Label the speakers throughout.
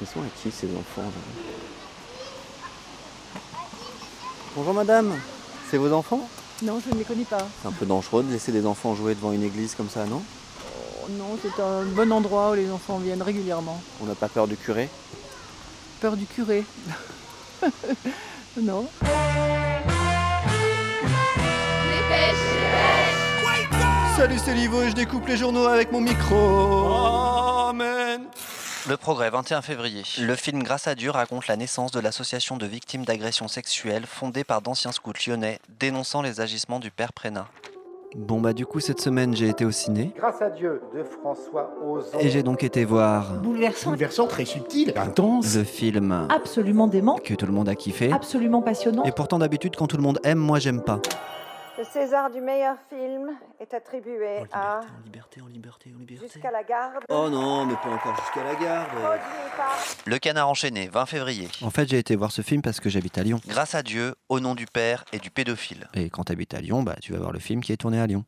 Speaker 1: Ils sont à qui ces enfants là Bonjour madame, c'est vos enfants
Speaker 2: Non, je ne les connais pas.
Speaker 1: C'est un peu dangereux de laisser des enfants jouer devant une église comme ça, non
Speaker 2: Oh non, c'est un bon endroit où les enfants viennent régulièrement.
Speaker 1: On n'a pas peur du curé
Speaker 2: Peur du curé. non.
Speaker 1: Salut, c'est Livo et je découpe les journaux avec mon micro. Amen.
Speaker 3: Le Progrès, 21 février. Le film Grâce à Dieu raconte la naissance de l'association de victimes d'agressions sexuelles fondée par d'anciens scouts lyonnais dénonçant les agissements du père Prénat.
Speaker 1: Bon bah du coup cette semaine j'ai été au ciné
Speaker 4: Grâce à Dieu de François Ozon.
Speaker 1: et j'ai donc été voir
Speaker 5: bouleversant,
Speaker 6: versant très subtil, intense.
Speaker 1: le film
Speaker 5: absolument dément,
Speaker 1: que tout le monde a kiffé.
Speaker 5: absolument passionnant.
Speaker 1: Et pourtant d'habitude quand tout le monde aime moi j'aime pas.
Speaker 7: Le César du meilleur film est attribué
Speaker 1: Oh,
Speaker 7: à
Speaker 1: en liberté, en liberté, en liberté.
Speaker 7: Jusqu'à la garde.
Speaker 1: Oh non mais pas encore jusqu'à la garde.
Speaker 7: Produit par
Speaker 3: Le canard enchaîné, 20 février.
Speaker 1: En fait j'ai été voir ce film parce que j'habite à Lyon.
Speaker 3: Grâce à Dieu, au nom du père et du pédophile.
Speaker 1: Et quand t'habites à Lyon bah tu vas voir le film qui est tourné à Lyon.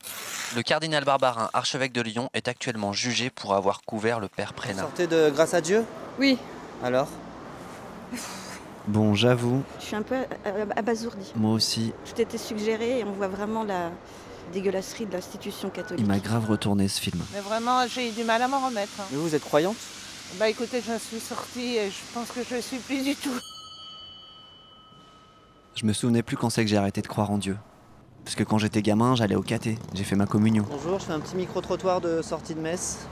Speaker 3: Le cardinal Barbarin, archevêque de Lyon, est actuellement jugé pour avoir couvert le père Prénat.
Speaker 1: Sortez de Grâce à Dieu
Speaker 8: Oui,
Speaker 1: alors Bon j'avoue,
Speaker 8: je suis un peu euh, abasourdie.
Speaker 1: moi aussi
Speaker 8: Tout était suggéré et on voit vraiment la dégueulasserie de l'institution catholique.
Speaker 1: il m'a grave retourné ce film.
Speaker 9: Mais vraiment, j'ai eu du mal à m'en remettre. hein.
Speaker 1: Mais vous êtes croyante
Speaker 9: Bah écoutez, j'en suis sortie et je pense que je ne suis plus du tout.
Speaker 1: Je me souvenais plus quand c'est que j'ai arrêté de croire en Dieu. Parce que quand j'étais gamin, j'allais au caté, j'ai fait ma communion. Bonjour, je fais un petit micro-trottoir de sortie de messe.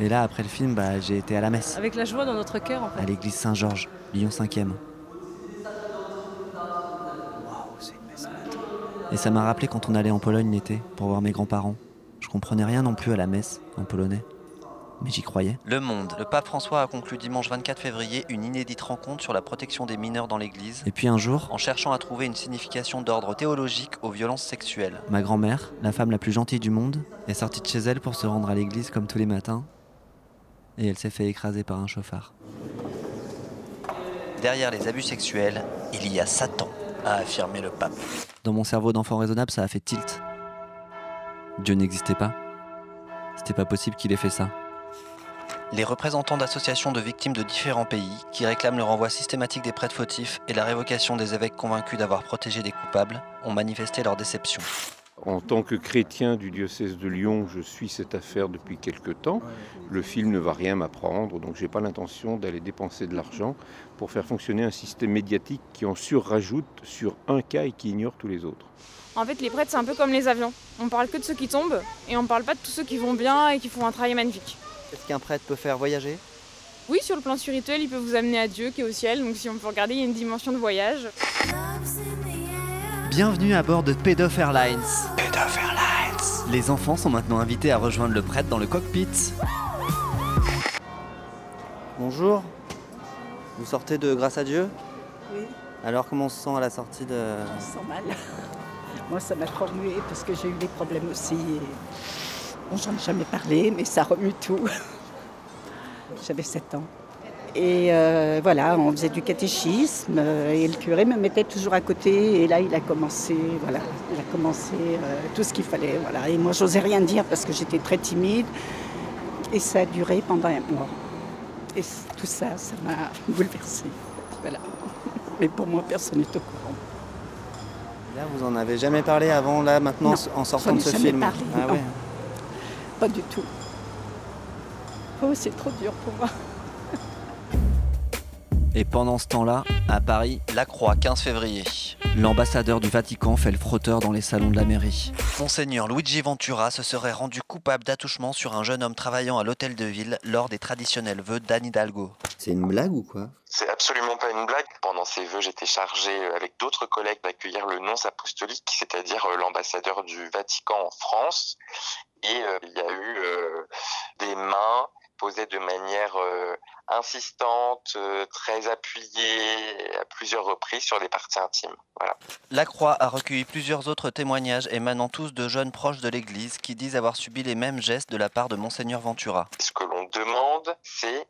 Speaker 1: Et là, après le film, bah, j'ai été à la messe,
Speaker 10: Ah, Avec la joie dans notre cœur, en
Speaker 1: à l'église Saint-Georges, Lyon 5e. Et ça m'a rappelé quand on allait en Pologne l'été pour voir mes grands-parents. Je comprenais rien non plus à la messe, en polonais. Mais j'y croyais.
Speaker 3: Le Monde. Le pape François a conclu dimanche 24 février une inédite rencontre sur la protection des mineurs dans l'Église
Speaker 1: Et puis un jour,
Speaker 3: en cherchant à trouver une signification d'ordre théologique aux violences sexuelles.
Speaker 1: Ma grand-mère, la femme la plus gentille du monde, est sortie de chez elle pour se rendre à l'église comme tous les matins. Et elle s'est fait écraser par un chauffard.
Speaker 3: Derrière les abus sexuels, il y a Satan, a affirmé le pape.
Speaker 1: Dans mon cerveau d'enfant raisonnable, ça a fait tilt. Dieu n'existait pas. C'était pas possible qu'il ait fait ça.
Speaker 3: Les représentants d'associations de victimes de différents pays qui réclament le renvoi systématique des prêtres fautifs et la révocation des évêques convaincus d'avoir protégé des coupables ont manifesté leur déception.
Speaker 11: En tant que chrétien du diocèse de Lyon, je suis cette affaire depuis quelque temps. Le film ne va rien m'apprendre, donc je n'ai pas l'intention d'aller dépenser de l'argent pour faire fonctionner un système médiatique qui en surrajoute sur un cas et qui ignore tous les autres.
Speaker 10: En fait, les prêtres, c'est un peu comme les avions. On parle que de ceux qui tombent et on parle pas de tous ceux qui vont bien et qui font un travail magnifique.
Speaker 1: Est-ce qu'un prêtre peut faire voyager
Speaker 10: Oui, sur le plan spirituel, il peut vous amener à Dieu qui est au ciel, donc si on peut regarder, il y a une dimension de voyage.
Speaker 1: Bienvenue à bord de Pédoph Airlines. Pédoph Airlines Les enfants sont maintenant invités à rejoindre le prêtre dans le cockpit. Bonjour. Vous sortez de Grâce à Dieu
Speaker 2: Oui.
Speaker 1: Alors comment on se sent à la sortie de...
Speaker 2: Je sens mal. Moi, ça m'a remué parce que j'ai eu des problèmes aussi. et On n'en a jamais parlé, mais ça remue tout. J'avais 7 ans. Et euh, voilà, on faisait du catéchisme euh, et le curé me mettait toujours à côté. Et là, il a commencé, voilà, il a commencé euh, tout ce qu'il fallait. Voilà. Et moi, j'osais rien dire parce que j'étais très timide. Et ça a duré pendant un mois. Et c- tout ça, ça m'a bouleversée. Voilà. Mais pour moi, personne n'est au courant.
Speaker 1: Là vous en avez jamais parlé avant, là maintenant
Speaker 2: Non,
Speaker 1: en sortant
Speaker 2: j'en ai
Speaker 1: de ce
Speaker 2: jamais
Speaker 1: film.
Speaker 2: parlé,
Speaker 1: ah
Speaker 2: non.
Speaker 1: ouais.
Speaker 2: Pas du tout. Oh, c'est trop dur pour moi.
Speaker 1: Et pendant ce temps-là, à Paris,
Speaker 3: La Croix, 15 février.
Speaker 1: l'ambassadeur du Vatican fait le frotteur dans les salons de la mairie.
Speaker 3: Monseigneur Luigi Ventura se serait rendu coupable d'attouchement sur un jeune homme travaillant à l'hôtel de ville lors des traditionnels vœux d'Anne Hidalgo.
Speaker 1: C'est une blague ou quoi
Speaker 12: C'est absolument pas une blague. Pendant ces vœux, j'étais chargé euh, avec d'autres collègues d'accueillir le nonce apostolique, c'est-à-dire euh, l'ambassadeur du Vatican en France. Et euh, il y a eu euh, des mains posées de manière euh, insistante, euh, très appuyée à plusieurs reprises sur des parties intimes. Voilà.
Speaker 3: La Croix a recueilli plusieurs autres témoignages émanant tous de jeunes proches de l'Église qui disent avoir subi les mêmes gestes de la part de Monseigneur Ventura.
Speaker 12: Ce que l'on demande, c'est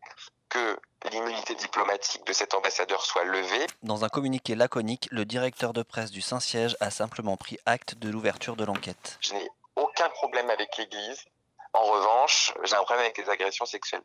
Speaker 12: que l'immunité diplomatique de cet ambassadeur soit levée
Speaker 3: Dans un communiqué laconique, le directeur de presse du Saint-Siège a simplement pris acte de l'ouverture de l'enquête.
Speaker 12: Je n'ai aucun problème avec l'Église. En revanche, j'ai un problème avec les agressions sexuelles.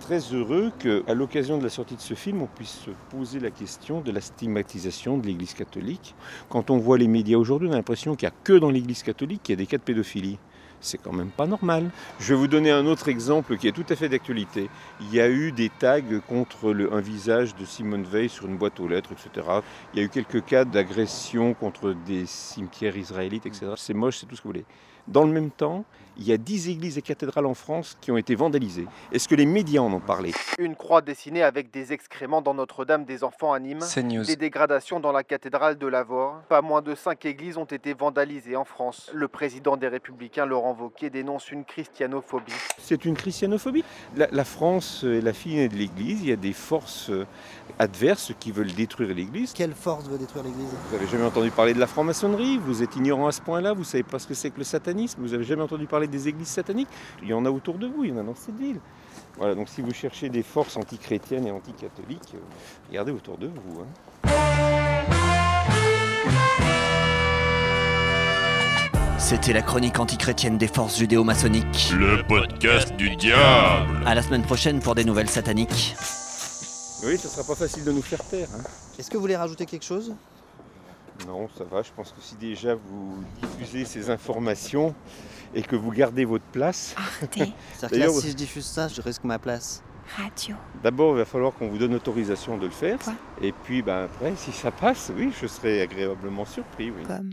Speaker 11: très heureux qu'à l'occasion de la sortie de ce film, on puisse se poser la question de la stigmatisation de l'Église catholique. Quand on voit les médias aujourd'hui, on a l'impression qu'il n'y a que dans l'Église catholique qu'il y a des cas de pédophilie. C'est quand même pas normal. Je vais vous donner un autre exemple qui est tout à fait d'actualité. Il y a eu des tags contre le- un visage de Simone Veil sur une boîte aux lettres, etc. Il y a eu quelques cas d'agression contre des cimetières israélites, etc. C'est moche, c'est tout ce que vous voulez. Dans le même temps, il y a 10 églises et cathédrales en France qui ont été vandalisées. Est-ce que les médias en ont parlé
Speaker 5: Une croix dessinée avec des excréments dans Notre-Dame des Enfants à Nîmes.
Speaker 3: CNews.
Speaker 5: Des dégradations dans la cathédrale de Lavore. Pas moins de cinq églises ont été vandalisées en France. Le président des Républicains, Laurent Wauquiez, dénonce une christianophobie.
Speaker 11: C'est une christianophobie. La, la France est la fille de l'Église. Il y a des forces euh, adverses qui veulent détruire l'Église.
Speaker 13: Quelle force veut détruire l'Église
Speaker 11: Vous n'avez jamais entendu parler de la franc-maçonnerie, vous êtes ignorant à ce point-là, vous ne savez pas ce que c'est que le satanisme, vous n'avez jamais entendu parler des églises sataniques. Il y en a autour de vous, il y en a dans cette ville. Voilà, donc si vous cherchez des forces antichrétiennes et anticatholiques, euh, regardez autour de vous. hein.
Speaker 1: C'était la chronique antichrétienne des forces judéo-maçonniques.
Speaker 14: Le podcast du diable.
Speaker 1: À la semaine prochaine pour des nouvelles sataniques.
Speaker 11: Oui, ce ne sera pas facile de nous faire taire. hein.
Speaker 13: Est-ce que vous voulez rajouter quelque chose
Speaker 11: Non, ça va, je pense que si déjà vous diffusez ces informations et que vous gardez votre place.
Speaker 1: C'est-à-dire que là,
Speaker 11: D'ailleurs,
Speaker 1: si je diffuse ça, je risque ma place.
Speaker 8: Radio.
Speaker 11: D'abord, il va falloir qu'on vous donne l'autorisation de le faire. et puis, ben, après, si ça passe, oui, je serai agréablement surpris. Oui.
Speaker 8: Comme